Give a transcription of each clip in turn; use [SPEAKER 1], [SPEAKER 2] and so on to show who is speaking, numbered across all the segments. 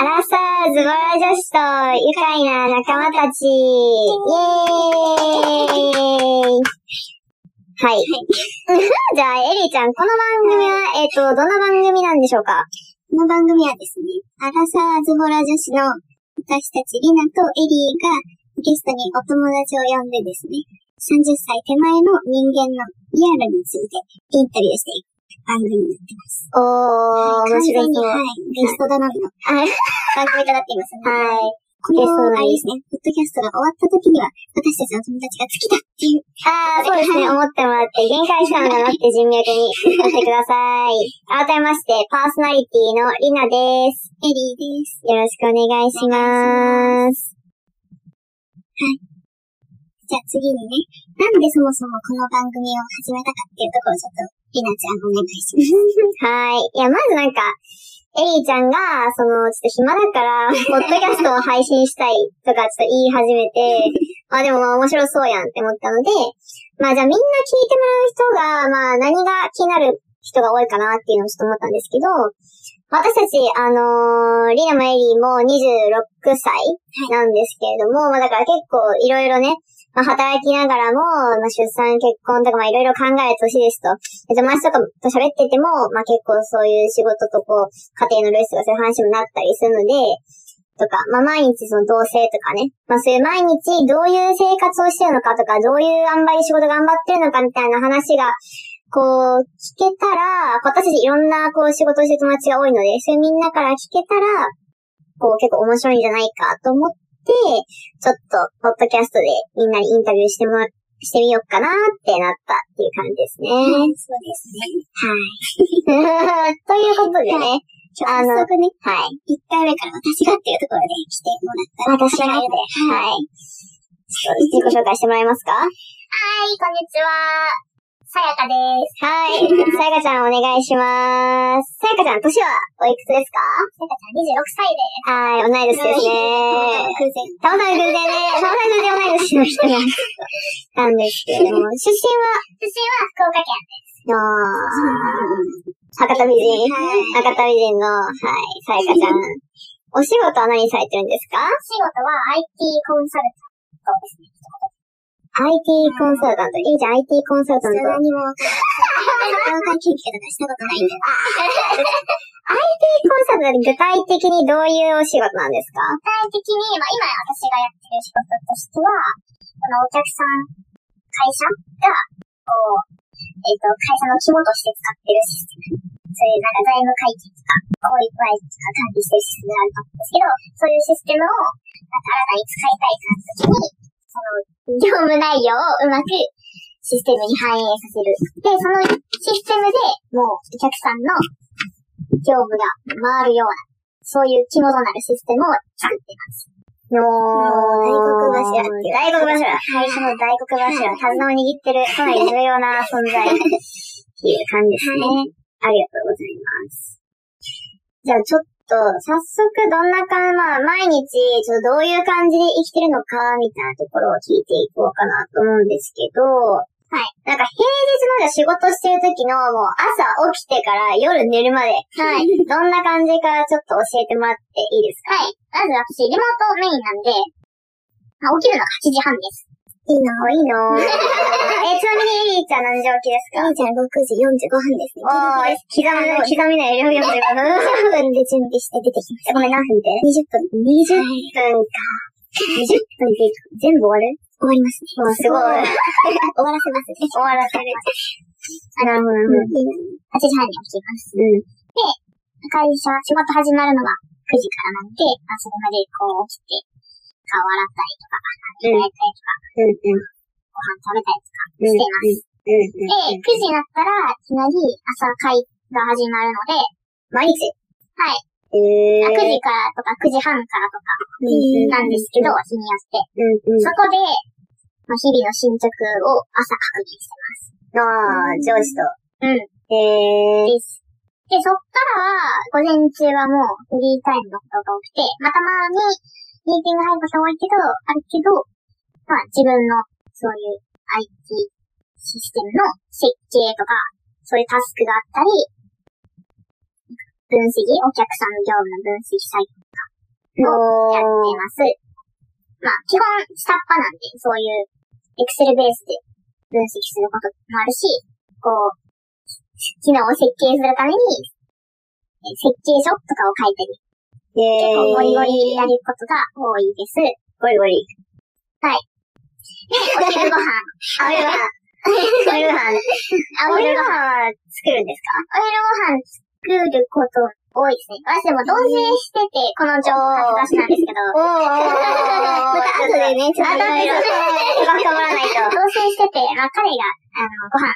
[SPEAKER 1] アラサーズボラ女子と愉快な仲間たち。イエーイはい。 じゃあ、エリーちゃん、この番組は、えっ、と、どんな番組なんでしょうか
[SPEAKER 2] この番組はですね、アラサーズボラ女子の私たちリナとエリーがゲストにお友達を呼んでですね、30歳手前の人間のリアルについてインタビューしていく番組になってます。
[SPEAKER 1] おー、面白
[SPEAKER 2] 完全に、
[SPEAKER 1] そう。
[SPEAKER 2] はい、ゲスト頼みの
[SPEAKER 1] はい。
[SPEAKER 2] 番組となっていますので、
[SPEAKER 1] はい。
[SPEAKER 2] こ
[SPEAKER 1] ゲ
[SPEAKER 2] の、
[SPEAKER 1] ストの
[SPEAKER 2] あれですね、ポッドキャストが終わった時には、私たちの友達が好きだっていう、
[SPEAKER 1] あー、そうですね。思ってもらって、限界感がなって人脈になってください。 改めまして、パーソナリティのりなです。
[SPEAKER 2] エリーです。
[SPEAKER 1] よろしくお願いします。
[SPEAKER 2] じゃあ次にね、なんでそもそもこの番組を始めたかっていうところをちょっと、りなちゃんお願いします。
[SPEAKER 1] はい。いや、まずなんか、エリーちゃんが、その、ちょっと暇だから、ポッドキャストを配信したいとか、ちょっと言い始めて、まあでも面白そうやんって思ったので、まあじゃあみんな聞いてもらう人が、まあ何が気になる人が多いかなっていうのをちょっと思ったんですけど、私たち、あのーリナもエリーも26歳なんですけれども、まあだから結構いろいろね、まあ働きながらも、まあ出産、結婚とか、まあいろいろ考える年ですと。で、友達とかと喋ってても、まあ結構そういう仕事とこう、家庭のルースとかそういう話にもなったりするので、とか、まあ毎日その同性とかね、まあそういう毎日どういう生活をしてるのかとか、どういうあんまり仕事頑張ってるのかみたいな話が、こう、聞けたら、私たちいろんなこう仕事をしてる友達が多いので、そういうみんなから聞けたら、こう結構面白いんじゃないかと思って、ちょっと、ポッドキャストでみんなにインタビューしてもら、してみようかなってなったっていう感じですね。
[SPEAKER 2] はい、そうですね。
[SPEAKER 1] という ことでね、あ
[SPEAKER 2] 早
[SPEAKER 1] の
[SPEAKER 2] 速ね、
[SPEAKER 1] はい。
[SPEAKER 2] 1回目から私がっていうところで来てもらった
[SPEAKER 1] 私がいるで、
[SPEAKER 2] はい。
[SPEAKER 1] はい。ちょっと自己紹介してもらえますかはい、こんにちは。さやかです。 はい。さやかちゃんお願いします。さやかちゃん、年はおいくつですかさやかちゃん26歳です。はい、同い年ですね。
[SPEAKER 2] 偶 然。
[SPEAKER 1] たまたま偶然ね、たまたま偶然同い年の 人が、なんですけれども、出身は
[SPEAKER 3] 出身は福岡県。
[SPEAKER 1] あー博多美人、
[SPEAKER 2] は
[SPEAKER 1] 博
[SPEAKER 2] い
[SPEAKER 1] 多美人の、はい、さ やかちゃん。お仕事は何されてるんですか
[SPEAKER 3] 仕事は IT コンサルタントですね。
[SPEAKER 1] ?IT コンサルタント。いいじゃん、IT コンサルタン
[SPEAKER 2] 人
[SPEAKER 1] ト。
[SPEAKER 2] にも、 紹介研究とかしたことないんで。
[SPEAKER 1] コンサルタントって具体的にどういうお仕事なんですか
[SPEAKER 3] 具体的に、まあ今私がやってる仕事としては、このお客さん、会社が、こう、えっ、と、会社の肝として使ってるシステム。そういうなんか財務会計とか、法律会計とか管理してるシステムがあると思うんですけど、そういうシステムを、なんか新たに使いたいときに、その、業務内容をうまくシステムに反映させる。で、そのシステムでもうお客さんの業務が回るような、そういう肝となるシステムを作ってます。
[SPEAKER 1] の
[SPEAKER 2] もう大黒柱っていう
[SPEAKER 1] 大黒柱。会社の大黒柱。手綱を握ってる、かなり重要な存在。っていう感じですね。ありがとうございます。じゃあちょっと、早速どんな感じ、まあ、毎日、ちょっとどういう感じで生きてるのか、みたいなところを聞いていこうかなと思うんですけど、はい。なんか平日のじゃあ仕事してる時の、もう朝起きてから夜寝るまで、
[SPEAKER 3] はい。
[SPEAKER 1] どんな感じかちょっと教えてもらっていいですか
[SPEAKER 3] はい。まず私、リモートメインなんで、まあ、起きるのが8時半です。
[SPEAKER 1] いいのいいの え、ちなみにエリーちゃん何時起きですか
[SPEAKER 2] おーちゃん6時45分ですね。
[SPEAKER 1] おー、刻みない、刻みない、45分。
[SPEAKER 2] 分で準備して出てきました。
[SPEAKER 1] ごめん、何分で
[SPEAKER 2] 20分。
[SPEAKER 1] ?20 分か。20分で全部終わる
[SPEAKER 2] 終わりますね。
[SPEAKER 1] もうすごい。
[SPEAKER 2] 終わらせますね。
[SPEAKER 1] 終わらせる。あ、なるほど、なるほど。
[SPEAKER 3] 8時半に起きます。
[SPEAKER 1] うん。
[SPEAKER 3] 会社、仕事始まるのが9時からなんで、まあ、それまでこう起きて、顔洗ったりとか、
[SPEAKER 1] うん
[SPEAKER 3] 歯磨いたりとか、
[SPEAKER 1] うん、うん、
[SPEAKER 3] ご飯食べたりとか
[SPEAKER 1] うん。
[SPEAKER 3] して
[SPEAKER 1] うん、うん。
[SPEAKER 3] ます。で、9時になったら、いきなり朝会が始まるので、
[SPEAKER 1] 毎日
[SPEAKER 3] はい。
[SPEAKER 1] えー。
[SPEAKER 3] 9時からとか9時半からとか
[SPEAKER 1] うん
[SPEAKER 3] なんですけど、日によって。
[SPEAKER 1] うん、うん。
[SPEAKER 3] そこで、まあ、日々の進捗を朝確認して
[SPEAKER 1] あー、上司と。
[SPEAKER 3] うん。
[SPEAKER 1] えー。
[SPEAKER 3] です。で、そっからは、午前中はもうフリータイムのことが多くて、まあ、たまにミーティング入ることも多いけど、あるけど、まあ、自分のそういう IT システムの設計とか、そういうタスクがあったり、分析、お客さんの業務の分析サイトとか、
[SPEAKER 2] お
[SPEAKER 1] やってます。ま
[SPEAKER 2] ー。
[SPEAKER 1] あ、基本、下っ端なんで、そういう、エクセルベースで分析することもあるし、こう、機能を設計するために、え設計書とかを書いたり、
[SPEAKER 2] え
[SPEAKER 1] 結構ゴリゴ
[SPEAKER 2] ー。
[SPEAKER 1] リやることが多いです。
[SPEAKER 2] ゴリゴリ。
[SPEAKER 1] お昼ご飯、あ、お昼ご飯、
[SPEAKER 2] あ、夜ご飯。お昼ご飯。お昼ご飯は作るんですか
[SPEAKER 1] お昼ご飯作ること多いですね。私でも同棲してて、この情報を出したんですけど、
[SPEAKER 2] おー。
[SPEAKER 4] また後でね、ちょっといろいろ。
[SPEAKER 2] 深くらないと。
[SPEAKER 1] 同棲してて、まあ彼が、あの、ご飯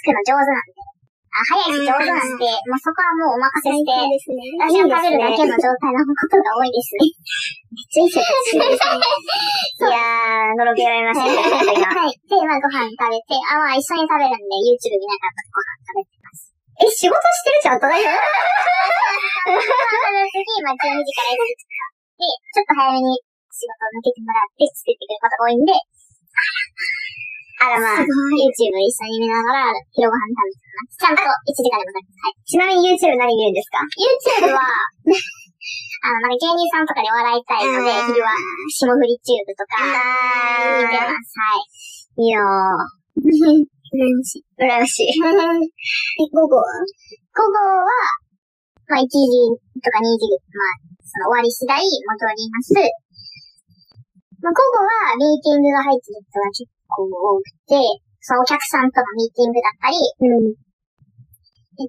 [SPEAKER 1] 作るの上手なんで、あ、早いし上手なんで、まあそこはもうお任せして、
[SPEAKER 4] ですね。
[SPEAKER 1] 私が食べるだけの状態のことが多いですね。
[SPEAKER 2] 人生と違うですね。いやー、のろけられましたね、今。
[SPEAKER 1] はい。で、まあご飯食べて、あ、まあ一緒に食べるんで、YouTube 見ながらご飯食べてます。
[SPEAKER 2] え、仕事してるじゃん、大丈夫
[SPEAKER 1] 食べる時、まあ12時から1時とか。で、ちょっと早めに仕事を抜けてもらって作ってくることが多いんで、
[SPEAKER 2] あらまあ。
[SPEAKER 1] YouTube 一緒に見ながら昼ご飯食べてます。ちゃんと1時間でも食べてます。はい。YouTube
[SPEAKER 2] ちなみに YouTube 何見るんですか
[SPEAKER 1] は、あの、なんか芸人さんとかで笑いたいので、
[SPEAKER 2] あー
[SPEAKER 1] 昼は霜降りチューブとか、
[SPEAKER 2] あー
[SPEAKER 1] 見てます。はい。
[SPEAKER 2] いいなぁ。羨ましい。午後は
[SPEAKER 1] 午後は、まあ、1時とか2時、まあ、その終わり次第戻ります。まあ、午後はミーティングが入ってる人が結構多くて、そのお客さんとのミーティングだったり、
[SPEAKER 2] うん。
[SPEAKER 1] え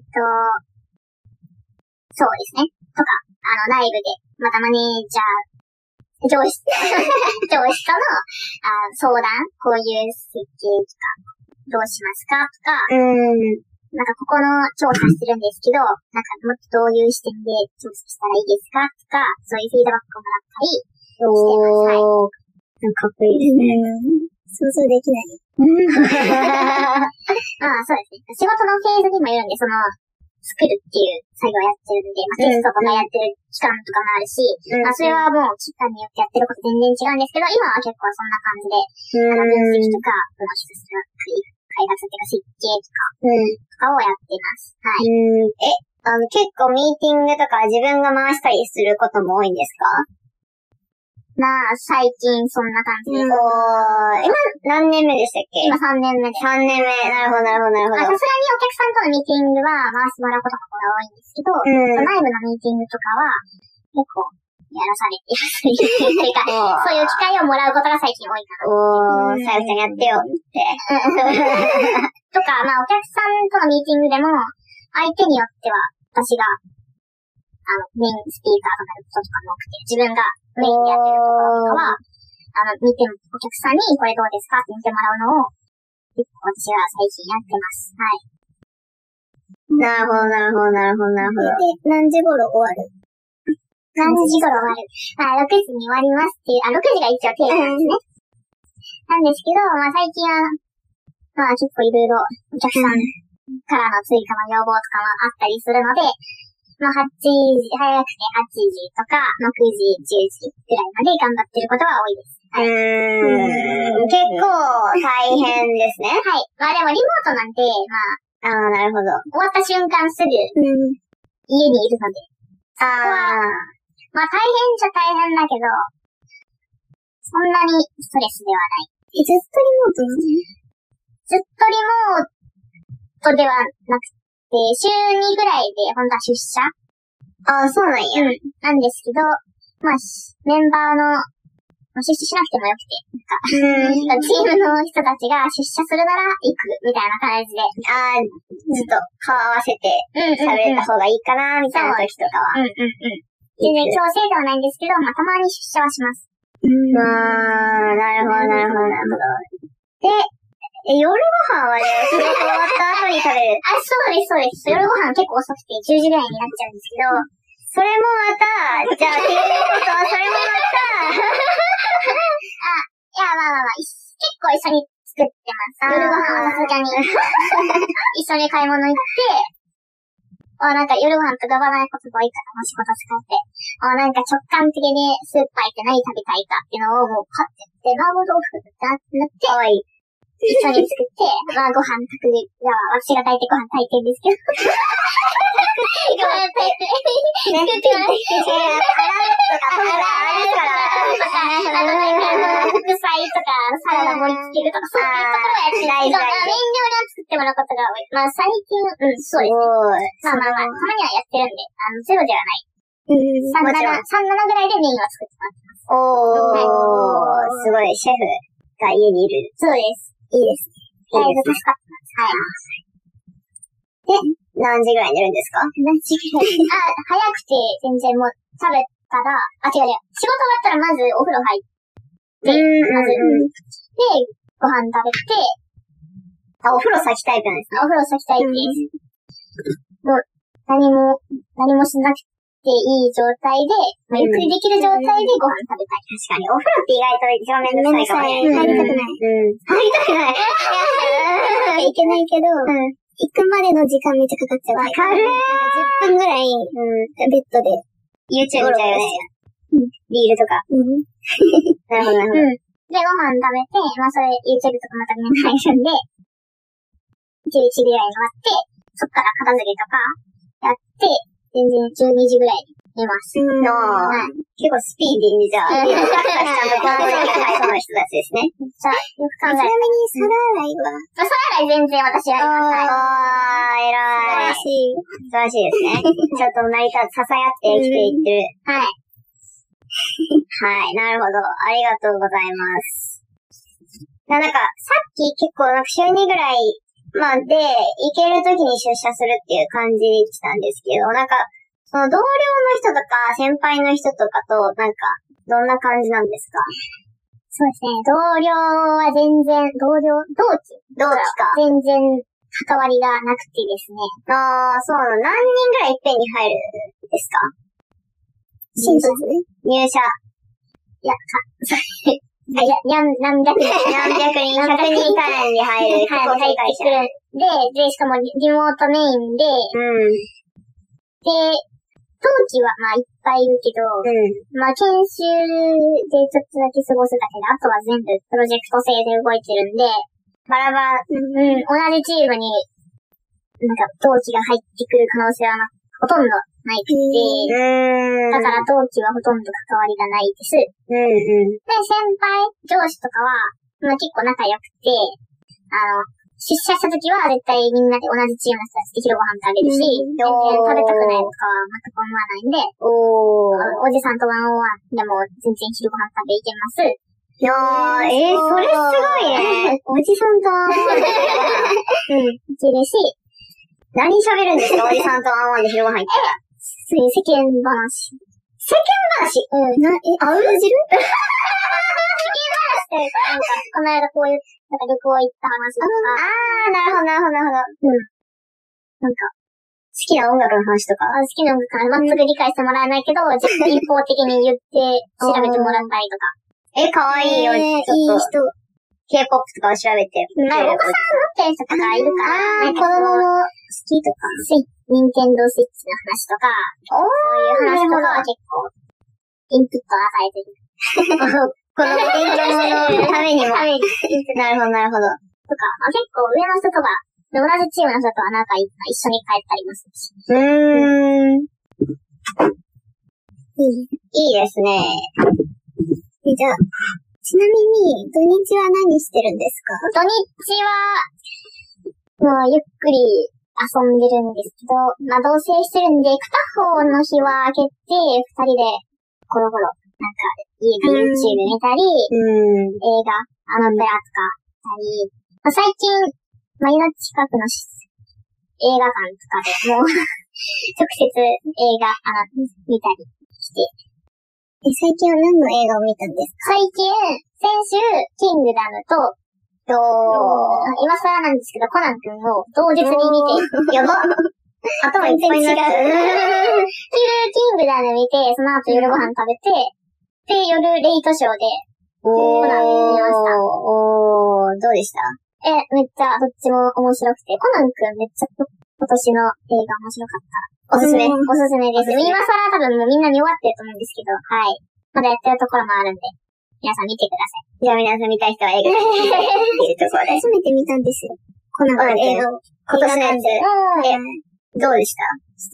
[SPEAKER 1] っと、そうですね。とか、あの、ライブで、またマネージャー、上司、上司とのあ相談、こういう設計とか、どうしますかとか、
[SPEAKER 2] うん。
[SPEAKER 1] なんかここの調査してるんですけど、なんかもっとどういう視点で調査したらいいですかとか、そういうフィードバックをもらったり、
[SPEAKER 2] おー。なんかかっこいいですね。
[SPEAKER 4] 想像できない。
[SPEAKER 1] まあそうですね。仕事のフェーズにもよるんで、その、作るっていう作業をやってるんで、まあ、テストとかやってる期間とかもあるし、
[SPEAKER 2] うん
[SPEAKER 1] まあそれはもう期間によってやってること全然違うんですけど、今は結構そんな感じで、分析
[SPEAKER 2] うん。うん
[SPEAKER 1] とか、もうひたすら開発っていうか設計とか
[SPEAKER 2] う
[SPEAKER 1] をやってます。はい。
[SPEAKER 2] ん。え、あの、結構ミーティングとか自分が回したりすることも多いんですか
[SPEAKER 1] まあ最近そんな感じです。
[SPEAKER 2] おー。今、何年目でしたっ
[SPEAKER 1] 今
[SPEAKER 2] け
[SPEAKER 1] 3年目で。
[SPEAKER 2] 3年目。なるほど、なるほど、
[SPEAKER 1] まあ、さすがに
[SPEAKER 2] なる
[SPEAKER 1] お客さんとのミーティングは回してもらうことの方が多いんですけど、
[SPEAKER 2] ほど。うん。
[SPEAKER 1] 内部のミーティングとかは結構やらされてます。 というか、そういう機会をもらうことが最近多いか
[SPEAKER 2] おー、さよちゃんやってよって。
[SPEAKER 1] な。とか、まあお客さんとのミーティングでも、相手によっては私が、あの、メインスピーカーとかのこととかも多くて、自分がメインでやってるとかは、あの、見て、お客さんにこれどうですかって見てもらうのを、結構私は最近やってます。はい。
[SPEAKER 2] なるほど、なるほど、なるほど、なるほ
[SPEAKER 4] で、
[SPEAKER 2] ど。
[SPEAKER 4] 何時頃終わる
[SPEAKER 1] 何時頃終わるまあ、6時に終わりますっていう、あ、6時が一応定なんですね。なんですけど、まあ、最近は、まあ、結構いろいろお客さんからの追加の要望とかもあったりするので、まあ、8時、早くて8時とか、6時、10時ぐらいまで頑張ってることは多いです。
[SPEAKER 2] うーん。結構大変ですね。
[SPEAKER 1] はい。まあ、でもリモートなんで、まあ、
[SPEAKER 2] ああ、なるほど。
[SPEAKER 1] 終わった瞬間すぐ家
[SPEAKER 4] うん。
[SPEAKER 1] にいるので、
[SPEAKER 2] ああ。
[SPEAKER 1] まあ、大変じゃ大変だけど、そんなにストレスではない。
[SPEAKER 4] え、ずっとリ
[SPEAKER 1] ずっとリモートではなくて、週2ぐらいで本当は出社
[SPEAKER 2] ああ、そうなんや。
[SPEAKER 1] なんですけど、まあ、しメンバーの、まあ出社しなくてもよくて、
[SPEAKER 2] うん。
[SPEAKER 1] チームの人たちが出社するなら行くみたいな感じで。
[SPEAKER 2] ああ、ちょっと顔合わせ
[SPEAKER 1] う
[SPEAKER 2] て
[SPEAKER 1] ん
[SPEAKER 2] 喋った方がいいかな、みたいな時とか
[SPEAKER 1] うん
[SPEAKER 2] は。
[SPEAKER 1] うんうん。全然強制ではないんですけど、まあ、たまに出社はします。
[SPEAKER 4] モート
[SPEAKER 2] まあ、なるほど、なるほど、なるほど。で、え夜ご飯はね、仕事終わった後に食べる。
[SPEAKER 1] あ、そうです、そうです。夜ご飯結構遅くて10時ぐらいになっちゃうんですけど、
[SPEAKER 2] それもまた、じゃあ、っていうことは、それも
[SPEAKER 1] いや、 まあまあまあ、い結構一緒に作ってます。
[SPEAKER 2] あー
[SPEAKER 1] 夜ご飯はさすがに。一緒に 買い物行って、あ、なんか夜ご飯とがばないことが多いから、もう仕事使って。あ、なんか直感的にスーパー行って何食べたいかっていうのをもう買ってって、麻婆豆腐だってなって、
[SPEAKER 2] また、おい、
[SPEAKER 1] 一人で作って、まあご飯炊く、じゃあ私が炊いてご飯炊いてるんですけど。ご飯炊いて。作ってます。あの、なんか、副菜とか、サラダ盛り付けるとか、そういうところはやってるんですけど、まあメイン料理は作ってもらうことが多い。まあ最近、うん、そうです。
[SPEAKER 2] お
[SPEAKER 1] ま
[SPEAKER 2] ー
[SPEAKER 1] あまあまあ、たまにはやってるんで、あの、ゼロではない。
[SPEAKER 2] う
[SPEAKER 1] 37、
[SPEAKER 2] ん
[SPEAKER 1] 37ぐらいでメインは作ってます。
[SPEAKER 2] おー、すごい、シェフが家にいる。
[SPEAKER 1] そうです。
[SPEAKER 2] いいです
[SPEAKER 1] だ
[SPEAKER 2] ね。
[SPEAKER 1] い
[SPEAKER 2] いい
[SPEAKER 1] ぶ
[SPEAKER 2] です
[SPEAKER 1] 助
[SPEAKER 2] ね。
[SPEAKER 1] かってます。はい。
[SPEAKER 2] 何時ぐらいに寝るんですか
[SPEAKER 1] 何時ぐらいあ、早くて全然もう食べたら、あ、違う違う。仕事終わったらまずお風呂入って、
[SPEAKER 2] うん、
[SPEAKER 1] まず、
[SPEAKER 2] う
[SPEAKER 1] ご飯
[SPEAKER 2] ん。
[SPEAKER 1] 食べて、
[SPEAKER 2] あ、お風呂先タイプなんですね。
[SPEAKER 1] お風呂先たいです。もう、何も、何もしなくていい状態で、まあ、ゆっくりできる状態でご飯食べたい。
[SPEAKER 2] 確かに。お風呂って意外と一番めんどくさいかもね。
[SPEAKER 4] めんどくさい入りたくない
[SPEAKER 2] うんうん。入り
[SPEAKER 4] い
[SPEAKER 2] たくない。
[SPEAKER 4] けないけど、行くまでの時間めっちゃかかっちゃう。
[SPEAKER 2] わかる
[SPEAKER 4] 10分ぐらい、
[SPEAKER 2] うん。
[SPEAKER 4] ベッドで。
[SPEAKER 2] YouTube 見ちゃいます
[SPEAKER 4] うん
[SPEAKER 2] リールとか。
[SPEAKER 4] うん。
[SPEAKER 2] なるほど、なるほど。
[SPEAKER 1] うん。で、ご飯食べて、まあ、それ YouTube とかまた見ないるんで、11時ぐらいに終わって、そっから片付けとかやって、全然12時ぐらいに寝ます。
[SPEAKER 4] うん
[SPEAKER 2] なあ結構スピーディーにじゃあ、
[SPEAKER 1] うん
[SPEAKER 2] ちゃんと行動できるタイプの人たちですね。
[SPEAKER 1] じゃあ、よく考え
[SPEAKER 4] ちなみ
[SPEAKER 1] た
[SPEAKER 4] に、皿洗
[SPEAKER 1] ら
[SPEAKER 4] いは、
[SPEAKER 1] 皿洗い全然私やります。はい
[SPEAKER 2] あー、
[SPEAKER 4] しい。
[SPEAKER 2] 偉い。素晴らしい ですね。ちょっと成り立つ、支
[SPEAKER 1] はい。
[SPEAKER 2] え合って生きていってる。はい、なるほど。ありがとうございます。ななんか、さっき結構なんか週2ぐらい、まあで、行ける時に出社するっていう感じで来たんですけど、なんか、その同僚の人とか、先輩の人とかと、なんか、どんな感じなんですか
[SPEAKER 1] そうですね。同僚は全然、同僚、同期
[SPEAKER 2] どうですか
[SPEAKER 1] 全然関わりがなくてですね。
[SPEAKER 2] あー、そうなの。何人ぐらいいっぺんに入るんですか
[SPEAKER 4] 新卒ね。
[SPEAKER 2] 入社。
[SPEAKER 1] いや、か、いや、にゃん、何百人。
[SPEAKER 2] 何百人、100人単位に入る。結構
[SPEAKER 1] 入
[SPEAKER 2] 世
[SPEAKER 1] っ
[SPEAKER 2] 界
[SPEAKER 1] てくるんで、で、しかもリリモートメインで、
[SPEAKER 2] うん。う
[SPEAKER 1] で、
[SPEAKER 2] ん。
[SPEAKER 1] 同期はまあいっぱいいるけど、まあ研修でちょっとだけ過ごすだけで、あとは全部プロジェクト制で動いてるんで、
[SPEAKER 2] バラバ
[SPEAKER 1] うん、
[SPEAKER 2] ラ。
[SPEAKER 1] 同じチームに、なんか、同期が入ってくる可能性はなほとんどないくて、
[SPEAKER 2] うん。
[SPEAKER 1] だから同期はほとんど関わりがないです。で、
[SPEAKER 2] うんうん。
[SPEAKER 1] 先輩、上司とかは、まあ結構仲良くて、あの、出社した時は絶対みんなで同じチームの人たちで昼ご飯食べるし、
[SPEAKER 4] うん
[SPEAKER 1] 全然食べたくないとかは全く思わないんで、おじ
[SPEAKER 2] おー。
[SPEAKER 1] さんとワンオンワンでも全然昼ご飯食べ行けます。
[SPEAKER 2] いやー、えー、それ すごいね。おじさんとワンワン。
[SPEAKER 1] うん、行けるし、
[SPEAKER 2] 何喋 るんですかおじさんとワンワンで昼ご飯行って。
[SPEAKER 1] そういう世間話。
[SPEAKER 2] 話。
[SPEAKER 4] な、
[SPEAKER 1] うん、
[SPEAKER 4] え、あうじる
[SPEAKER 1] してるから、なんか、この間こういう、なんか旅行行った話とか、
[SPEAKER 2] あー、なるほど、なるほど、なるほど。
[SPEAKER 1] なんか、
[SPEAKER 2] 好きな音楽の話とか。
[SPEAKER 1] あ好きな音楽から全く理解してもらえないけど、自分で一方的に言って調べてもらったりと か。
[SPEAKER 2] え、かわいいよ。
[SPEAKER 4] えーいい
[SPEAKER 2] ちょっと、K-POP とかを調べて。
[SPEAKER 1] まあ、お子さん持ってる人とかいるから、なん
[SPEAKER 2] あー
[SPEAKER 1] かその好
[SPEAKER 2] も
[SPEAKER 1] きとか、スイ任天堂スイッチの話とか、
[SPEAKER 2] おー
[SPEAKER 1] そういう話とかは結構、インプットを与えてる。
[SPEAKER 2] 子供勉強 のためにも。なるほど、なるほど。
[SPEAKER 1] とか、まあ、結構上の人とか、同じチームの人とはなんか一緒に帰ったりもするし。
[SPEAKER 2] うーん。
[SPEAKER 4] いい。
[SPEAKER 2] いいですね。
[SPEAKER 4] えじゃあ、ちなみに、土日は何してるんですか
[SPEAKER 1] 土日は、もうゆっくり遊んでるんですけど、まあ同棲してるんで、片方の日は開けて、二人で、ゴロゴロ、なんか、家で YouTube 見たり、
[SPEAKER 2] うん。
[SPEAKER 1] 映画、あの、ドラとか、たり、まあ、最近、まあ家の近くのし映画館とかでもう、直 接映画、あの、見たりして、
[SPEAKER 4] え、最近は何の映画を見たんです
[SPEAKER 1] 最近、先週、キングダムと、
[SPEAKER 2] と、
[SPEAKER 1] 今更なんですけど、コナン君を同日に見て、
[SPEAKER 2] やば。頭いっぱいに なっちゃう。
[SPEAKER 1] 昼、キングダム見て、その後夜ご飯食べて、で、夜、レイトショーで、ほ
[SPEAKER 2] おー
[SPEAKER 1] ら見ました
[SPEAKER 2] おー、どうでした
[SPEAKER 1] え、めっちゃ、どっちも面白くて、コナンくんめっちゃ、今年の映画面白かった。
[SPEAKER 2] おすすめ。
[SPEAKER 4] うん
[SPEAKER 1] おすすめです。今更多分もうみんな見終わってると思うんですけど、はい。まだやってるところもあるんで。皆さん見てください。
[SPEAKER 2] じゃあ皆さん見たい人は映画館に行ってっていうところで。
[SPEAKER 4] 初めて見たんですよ。コナン
[SPEAKER 2] うん、映
[SPEAKER 4] 君
[SPEAKER 2] 画、今年のやつ、
[SPEAKER 1] うん。
[SPEAKER 2] えどうでした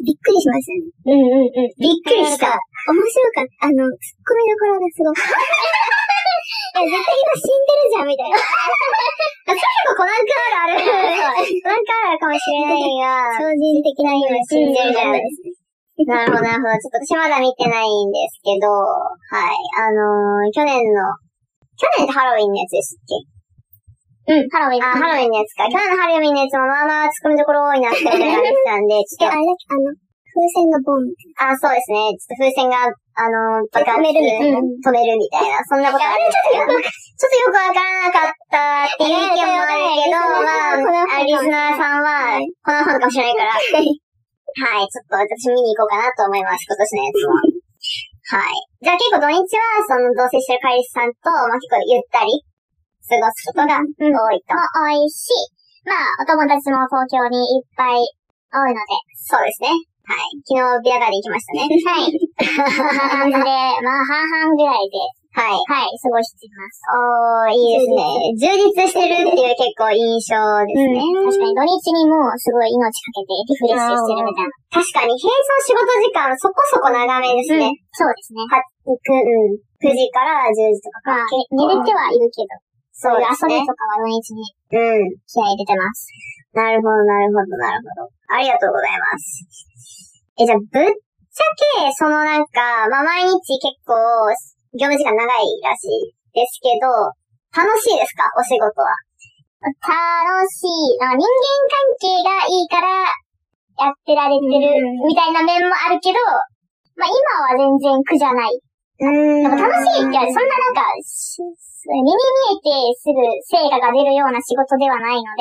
[SPEAKER 4] びっくりしましたね。
[SPEAKER 2] うんうんうん。びっくりし
[SPEAKER 4] な
[SPEAKER 2] た。
[SPEAKER 4] 面白かった。あの、ツッコミどころがすごく。
[SPEAKER 2] え、絶対今死んでるじゃん、 みたいな。あ、そういえばコナン君あるある。コナン君あるあるかもしれない
[SPEAKER 4] 超
[SPEAKER 2] が。
[SPEAKER 4] 人的なような
[SPEAKER 2] 死
[SPEAKER 4] 信
[SPEAKER 2] んで
[SPEAKER 4] じる
[SPEAKER 2] るじ
[SPEAKER 4] じ
[SPEAKER 2] ゃ
[SPEAKER 4] ゃ
[SPEAKER 2] な
[SPEAKER 4] ないい
[SPEAKER 2] で
[SPEAKER 4] ですす
[SPEAKER 2] なるほど、なるほど。ちょっと私まだ見てないんですけど、はい。あのー、去年の、去年ってハロウィンのやつですっ
[SPEAKER 1] うん、
[SPEAKER 2] け
[SPEAKER 1] ハロウィン。
[SPEAKER 2] あ、ハロウィンのやつか。去年のハロウィンのやつもまあまあ突っ込みどころ多いなって感じたんで、ちょっ
[SPEAKER 4] あれだけ、あの、風船がボンって。
[SPEAKER 2] と、あ、そうですね。ちょっと風船が、あのー、爆発
[SPEAKER 4] 止めるみたいな
[SPEAKER 2] うん止めるみたいな。そんなことあるんですけどちょっとよくわからなかったっていう意見もあるけど、まあ、あリスナーさんは、この本かもしれないから、はい、ちょっと私見に行こうかなと思います、今年のやつも。はい。じゃあ結構土日は、その同棲してる彼氏さんと、まあ結構ゆったり過ごすことが多い
[SPEAKER 1] も
[SPEAKER 2] と。
[SPEAKER 1] 多いし、まあ、お友達も東京にいっぱい多いので、
[SPEAKER 2] そうですね。はい。昨日、ビアガーデン行きまし
[SPEAKER 1] は
[SPEAKER 2] たね。
[SPEAKER 1] い。こんな感じで、まあ、半々ぐらいで、
[SPEAKER 2] はい。
[SPEAKER 1] はい、過ごしています。
[SPEAKER 2] おー、いいですね。充実してるっていう結構印象ですね。
[SPEAKER 1] 確かに土日にもうすごい命かけてリフレッシュしてるみたいな。
[SPEAKER 2] 確かに、平日の仕事時間そこそこ長めですね。
[SPEAKER 1] そうですね。
[SPEAKER 2] くうん。9時から10時と
[SPEAKER 1] ま
[SPEAKER 2] か。
[SPEAKER 1] あ、寝れてはいるけど、そう
[SPEAKER 2] そ
[SPEAKER 1] い
[SPEAKER 2] う
[SPEAKER 1] う
[SPEAKER 2] で
[SPEAKER 1] 遊
[SPEAKER 2] す
[SPEAKER 1] び
[SPEAKER 2] ね。
[SPEAKER 1] とかは土日に
[SPEAKER 2] うん。
[SPEAKER 1] 気合い入れてます。
[SPEAKER 2] なるほど、なるほど、なるほど。ありがとうございます。え、じゃあ、ぶっちゃけ、そのなんか、まあ、毎日結構、業務時間長いらしいですけど、楽しいですかお仕事は。
[SPEAKER 1] 楽しい。なんか人間関係がいいから、やってられてるみたいな面もあるけど、まあ今は全然苦じゃない。
[SPEAKER 2] う
[SPEAKER 1] で
[SPEAKER 2] ん
[SPEAKER 1] も楽しいって、そんななんか、し目に見えてすぐ成果が出るような仕事ではないので、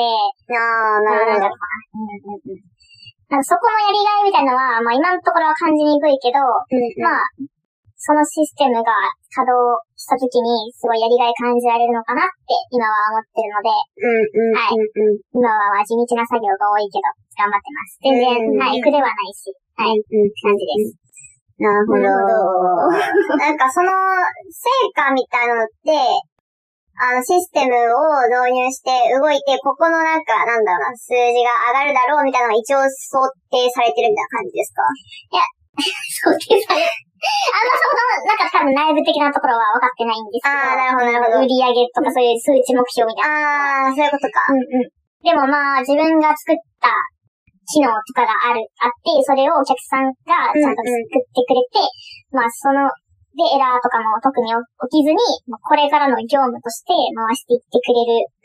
[SPEAKER 2] ああ、なるほど。
[SPEAKER 1] なんかそこのやりがいみたいのは、まあ今のところは感じにくいけど、まあ、
[SPEAKER 2] まあ、
[SPEAKER 1] そのシステムが稼働した時に、すごいやりがい感じられるのかなって今は思ってるので、はい
[SPEAKER 2] うんうんうんうん。
[SPEAKER 1] 今は地道な作業が多いけど、頑張ってます。全
[SPEAKER 2] うん
[SPEAKER 1] 然、はい、苦ではないし、はい、
[SPEAKER 2] うん
[SPEAKER 1] 感じです。
[SPEAKER 2] なるほど。
[SPEAKER 4] なる
[SPEAKER 2] なんかその、成果みたいなのって、あの、システムを導入して動いて、ここのなんか、なんだろうな、数字が上がるだろうみたいなのが一応想定されてるみたいな感じですか
[SPEAKER 1] そうですね。あんまそこの、なんか多分内部的なところは分かってないんですけど。
[SPEAKER 2] あーなるほ
[SPEAKER 1] 売
[SPEAKER 2] どなるほど
[SPEAKER 1] り上げとかそう いう数値目標みたいな。
[SPEAKER 2] あー、そういうこと
[SPEAKER 1] うん
[SPEAKER 2] か。
[SPEAKER 1] うん。でもまあ、自分が作った機能とかがある、あって、それをお客さんがちゃんと作ってくれて、まあ、その、で、エラーとかも特に起きずに、まあこれからの業務として回していってく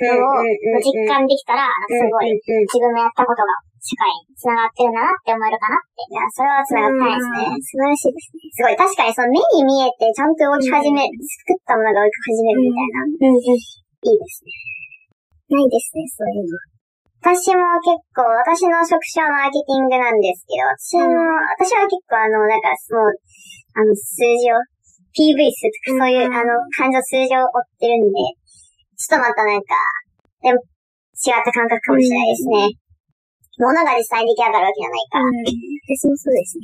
[SPEAKER 1] れるの
[SPEAKER 2] う
[SPEAKER 1] を
[SPEAKER 2] ん
[SPEAKER 1] 実感できたら、なんかすごい、
[SPEAKER 2] い。うんうん
[SPEAKER 1] 自分のやったことが社会に繋がってるんだなって思えるかなって。
[SPEAKER 2] いや、それは繋がってないですね。
[SPEAKER 4] 素晴らしいですね。
[SPEAKER 2] すごい。確かにその目に見えて、ちゃんと動き始める、作ったものが動き始めるみたい
[SPEAKER 1] う
[SPEAKER 2] な。
[SPEAKER 1] んうん。
[SPEAKER 2] いいですね。
[SPEAKER 4] ないですね、そういうの。
[SPEAKER 2] 私も結構、私の職種はマーケティングなんですけど、私も、私は結構あの、なんかもう、あの、数字を、PV 数とかそういう、
[SPEAKER 4] うん
[SPEAKER 2] あの、感情数字を追ってるんで、ちょっとまたなんか、でも、違った感覚かもしれないですね。ものが実際に出来上がるわけじゃないから。
[SPEAKER 4] 私もそうですね。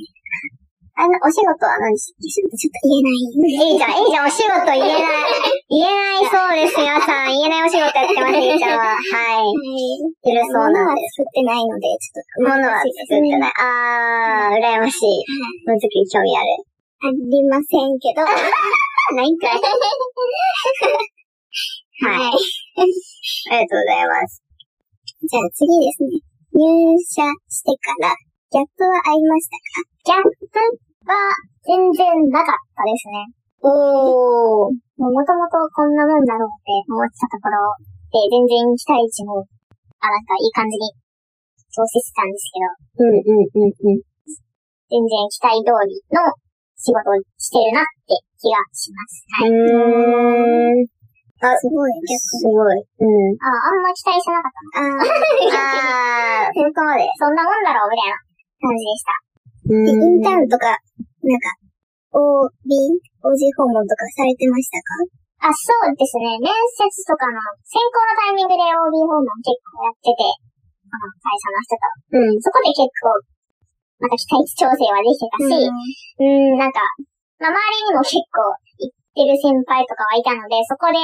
[SPEAKER 2] あの、お仕事は何し
[SPEAKER 4] ちょっとちょっと言えない。
[SPEAKER 2] えいちゃん、えいちゃんお仕事言えない。言えないそうです、皆さん。言えないお仕事やってます、えいちゃんは。はい。いるそうなんです。
[SPEAKER 4] 作ってないので、ちょっと。
[SPEAKER 2] 物は作ってな
[SPEAKER 4] い。
[SPEAKER 2] い。あー、羨ましい。物作り興味ある。
[SPEAKER 4] ありませんけど。
[SPEAKER 2] ないんかい。はい。ありがとうございます。
[SPEAKER 4] じゃあ次ですね。入社してから、ギャップはありましたか
[SPEAKER 1] ギャップは全然なかったですね。
[SPEAKER 2] おー。
[SPEAKER 1] もともとこんなもんだろうって思ってたところで、全然期待値も、あ、なんかいい感じに調整してたんですけど、
[SPEAKER 2] うんうんうんうん。
[SPEAKER 1] 全然期待通りの仕事をしてるなって気がします。はい。
[SPEAKER 2] うーん。
[SPEAKER 4] すごい、ギャ
[SPEAKER 2] すごい。うん。
[SPEAKER 1] ああんま期待してなかった
[SPEAKER 4] ップ。あー、
[SPEAKER 2] あー、そこまで。
[SPEAKER 1] そんなもんだろうみたいな感じでし
[SPEAKER 4] インタ
[SPEAKER 1] た。
[SPEAKER 2] うん
[SPEAKER 4] ーンとか、なんか、OB、OG 訪問とかされてましたか
[SPEAKER 1] あ、そうですね。面接とかの選考のタイミングで OB 訪問結構やってて、あの、会社の人と。そ
[SPEAKER 2] うん。
[SPEAKER 1] こで結構、また期待値調整はできてた
[SPEAKER 4] う
[SPEAKER 1] し、
[SPEAKER 4] ん
[SPEAKER 1] うん、なんか、まあ、周りにも結構行って
[SPEAKER 2] ってる先輩とかはいたので、そこで、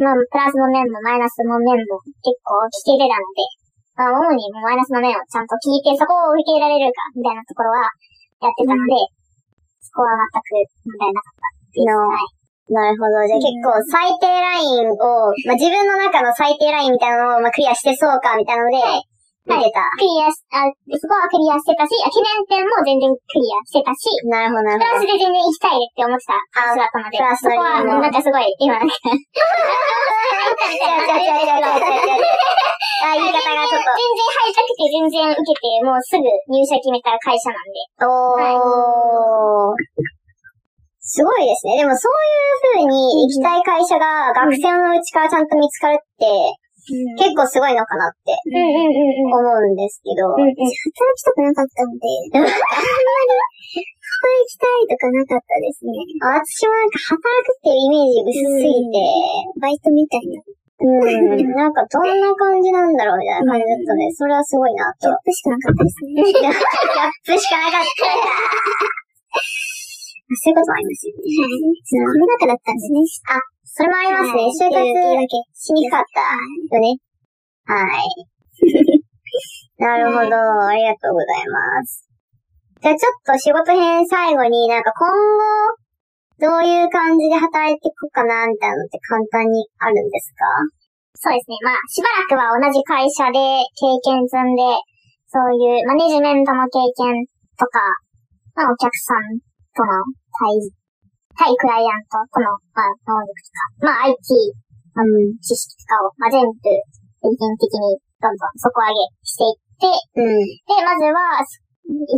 [SPEAKER 2] まあ、プラスの面もマイナスの面も結構聞けてたので、まあ、主にマイナスの面をちゃんと聞いて、そこを受け入れられるか、みたいなところはやってたので、そこは全く問
[SPEAKER 4] ななる
[SPEAKER 2] 題なかったです。はい
[SPEAKER 4] ほど。じゃあ結
[SPEAKER 2] 結構最低ラインを、まあ、自分の中の最低ラインみたいなのを、まあ、クリアしてそうかみたいなので、見てた。
[SPEAKER 1] クリアし、あ、そこはクリアしてたし、あ記念点も全然クリアしてたし、
[SPEAKER 2] なるほど、な
[SPEAKER 1] プラス
[SPEAKER 2] るほど。
[SPEAKER 1] で全然行きたいって思ってた
[SPEAKER 2] あ
[SPEAKER 1] 人だったので、
[SPEAKER 2] プラス
[SPEAKER 1] そ
[SPEAKER 2] の
[SPEAKER 1] こは
[SPEAKER 2] 理由も
[SPEAKER 1] なんかすごい、今なんか、入ったみたいな感じで
[SPEAKER 2] あ、言い方がちょっ
[SPEAKER 1] 全然入りたくて全然受けて、もうすぐ入社決めた会社なんで。
[SPEAKER 2] と、おー。すごいですね。でもそういう風に行きたい会社が学生のうちからちゃんと見つかるって、結構すごいのかなって
[SPEAKER 1] うんうん
[SPEAKER 2] 思うんですけど、
[SPEAKER 1] うんうん。
[SPEAKER 4] 働きたくなかったので、な んかあんまり、働きたいとかなかったですね。
[SPEAKER 2] 私もなんか働くっていうイメージ薄すぎて、
[SPEAKER 4] バイトみたいな。
[SPEAKER 2] うん、 なんかどんな感じなんだろうみたいな感じだったので、それはすごいなと。
[SPEAKER 4] それしかなかったですね。
[SPEAKER 2] ギャップしかなかった。そういうこともありますよね。
[SPEAKER 4] そのコロナ禍だったんですね。
[SPEAKER 2] それもありますね。就活しにくかったよね。はい。なるほど。ありがとうございます。じゃあちょっと仕事編最後になんか今後、どういう感じで働いていくかな、みたいなのって簡単にあるんですか
[SPEAKER 1] そうですね。まあ、しばらくは同じ会社で経験積んで、そういうマネジメントの経験とか、まあ、お客さんとの対、対クライアントとの、まあ、能力とか、まあ、IT、うん、知識とかを、まあ、全部、平均的にどんどん底上げしていって、
[SPEAKER 2] うん。
[SPEAKER 1] で、まずは、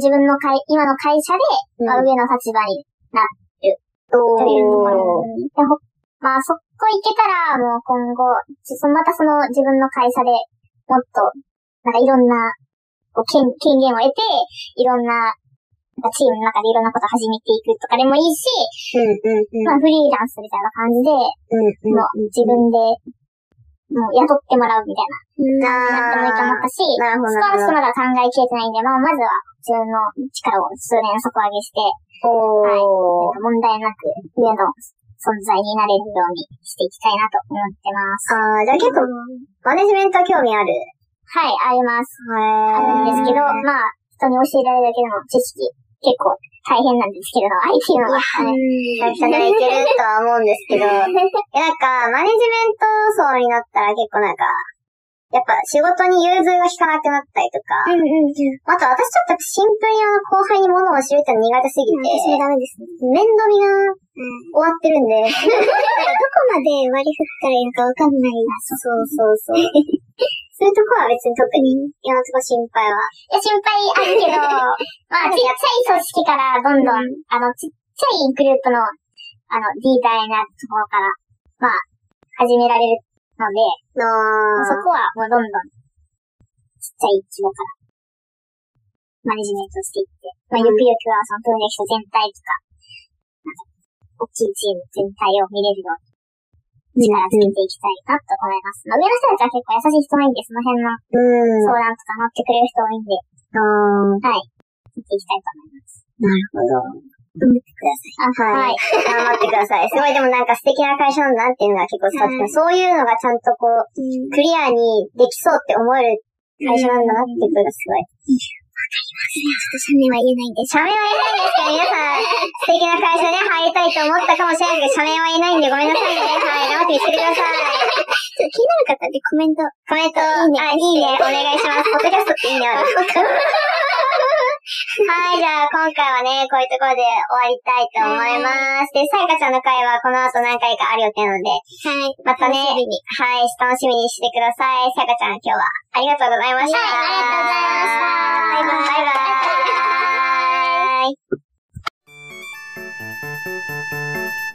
[SPEAKER 1] 自分の会、今の会社で、まあ、上の立場になる、というところ
[SPEAKER 2] おー
[SPEAKER 1] でほまあ、そこ行けたら、もう今後、ちそまたその自分の会社でもっと、なんかいろんな、こう権権限を得て、いろんな、なんかチームの中でいろんなことを始めていくとかでもいいし、
[SPEAKER 2] うんうん
[SPEAKER 1] まあフリーランスみたいな感じで、
[SPEAKER 2] うん。
[SPEAKER 1] もう自分で、もう雇ってもらうみたいな、やってもいいと思ったし、
[SPEAKER 2] なるほど。
[SPEAKER 1] そこはちょっとまだ考えきれてないんで、まあ、まずは自分の力を数年底上げして、
[SPEAKER 2] おー。
[SPEAKER 1] 問題なく上の存在になれるようにしていきたいなと思ってます。
[SPEAKER 2] あーじゃあ結構、マネジメントは興味ある。
[SPEAKER 1] はい、あります。あ
[SPEAKER 2] は
[SPEAKER 1] るんですけど、まあ、人に教えられるだけでも知識結構大変なんですけれど、IT のは、はい
[SPEAKER 2] なかなかいけるとは思うんですけど、え、なんか、マネジメント層になったら結構なんか、やっぱ仕事に融通が効かなくなったりとか、
[SPEAKER 4] うんうん。私
[SPEAKER 2] あと私ちょっとシンプルにあの後輩に物を知るっての苦手すぎ
[SPEAKER 4] も
[SPEAKER 2] て、
[SPEAKER 4] ダメですね。
[SPEAKER 2] 面倒見が終わって るん
[SPEAKER 4] ど
[SPEAKER 2] で、
[SPEAKER 4] こまで割り振ったらいいのかわかん ない。
[SPEAKER 2] そうそうそう。そういうとこは別に特に今のとこ心配は。
[SPEAKER 1] いや、心配ある けど、まあ、ちっちゃい組織からどんどん、あの、ちっちゃいグループの、あの、リーダーになるところから、まあ、始められるので、
[SPEAKER 2] の
[SPEAKER 1] そこはもうどんどん、ちっちゃい規模から、マネジメントしていって、まあ、ゆくゆくはそのプロジェクト全体とか、なんか、大きいチーム全体を見れるように、力つけていきたいなと思います。まあ、上の人たちは結構優しい人もいいんで、その辺の
[SPEAKER 2] う
[SPEAKER 1] 相
[SPEAKER 2] ん。
[SPEAKER 1] 談とか乗ってくれる人多いんで、
[SPEAKER 2] あー
[SPEAKER 1] 見ていきたいと思います。
[SPEAKER 4] 頑張ってください。
[SPEAKER 1] あ、
[SPEAKER 2] は
[SPEAKER 1] はいい。。
[SPEAKER 2] 頑張ってください。すごい、でもなんか素敵な会社なんだなっていうのが結構伝わってく
[SPEAKER 4] は
[SPEAKER 2] るそういうのがちゃんとこう、クリアにできそうって思える会社なんだなっていうことがすごい。
[SPEAKER 4] ちょっと社名は言えない んで。
[SPEAKER 2] 社名は言えないですけど、皆さん、素敵な会社で入りたいと思ったかもしれないですけど、社名は言えないんでごめんなさいね。はい。頑張って見つけてくださ い。
[SPEAKER 4] ちょっと気になる方でコメント。
[SPEAKER 2] コメント、あ、いいね、お願いします。ポッドキャストっていい ね、あるはい、じゃあ今回はね、こういうところで終わりたいと思います。で、さやかちゃんの回はこの後何回かある予定なので、
[SPEAKER 4] はい。
[SPEAKER 2] またね、はい、楽しみにしてください。さやかちゃん、今日はありがとうございました。
[SPEAKER 1] はいありがとうございました
[SPEAKER 2] バイバイ。バイバイ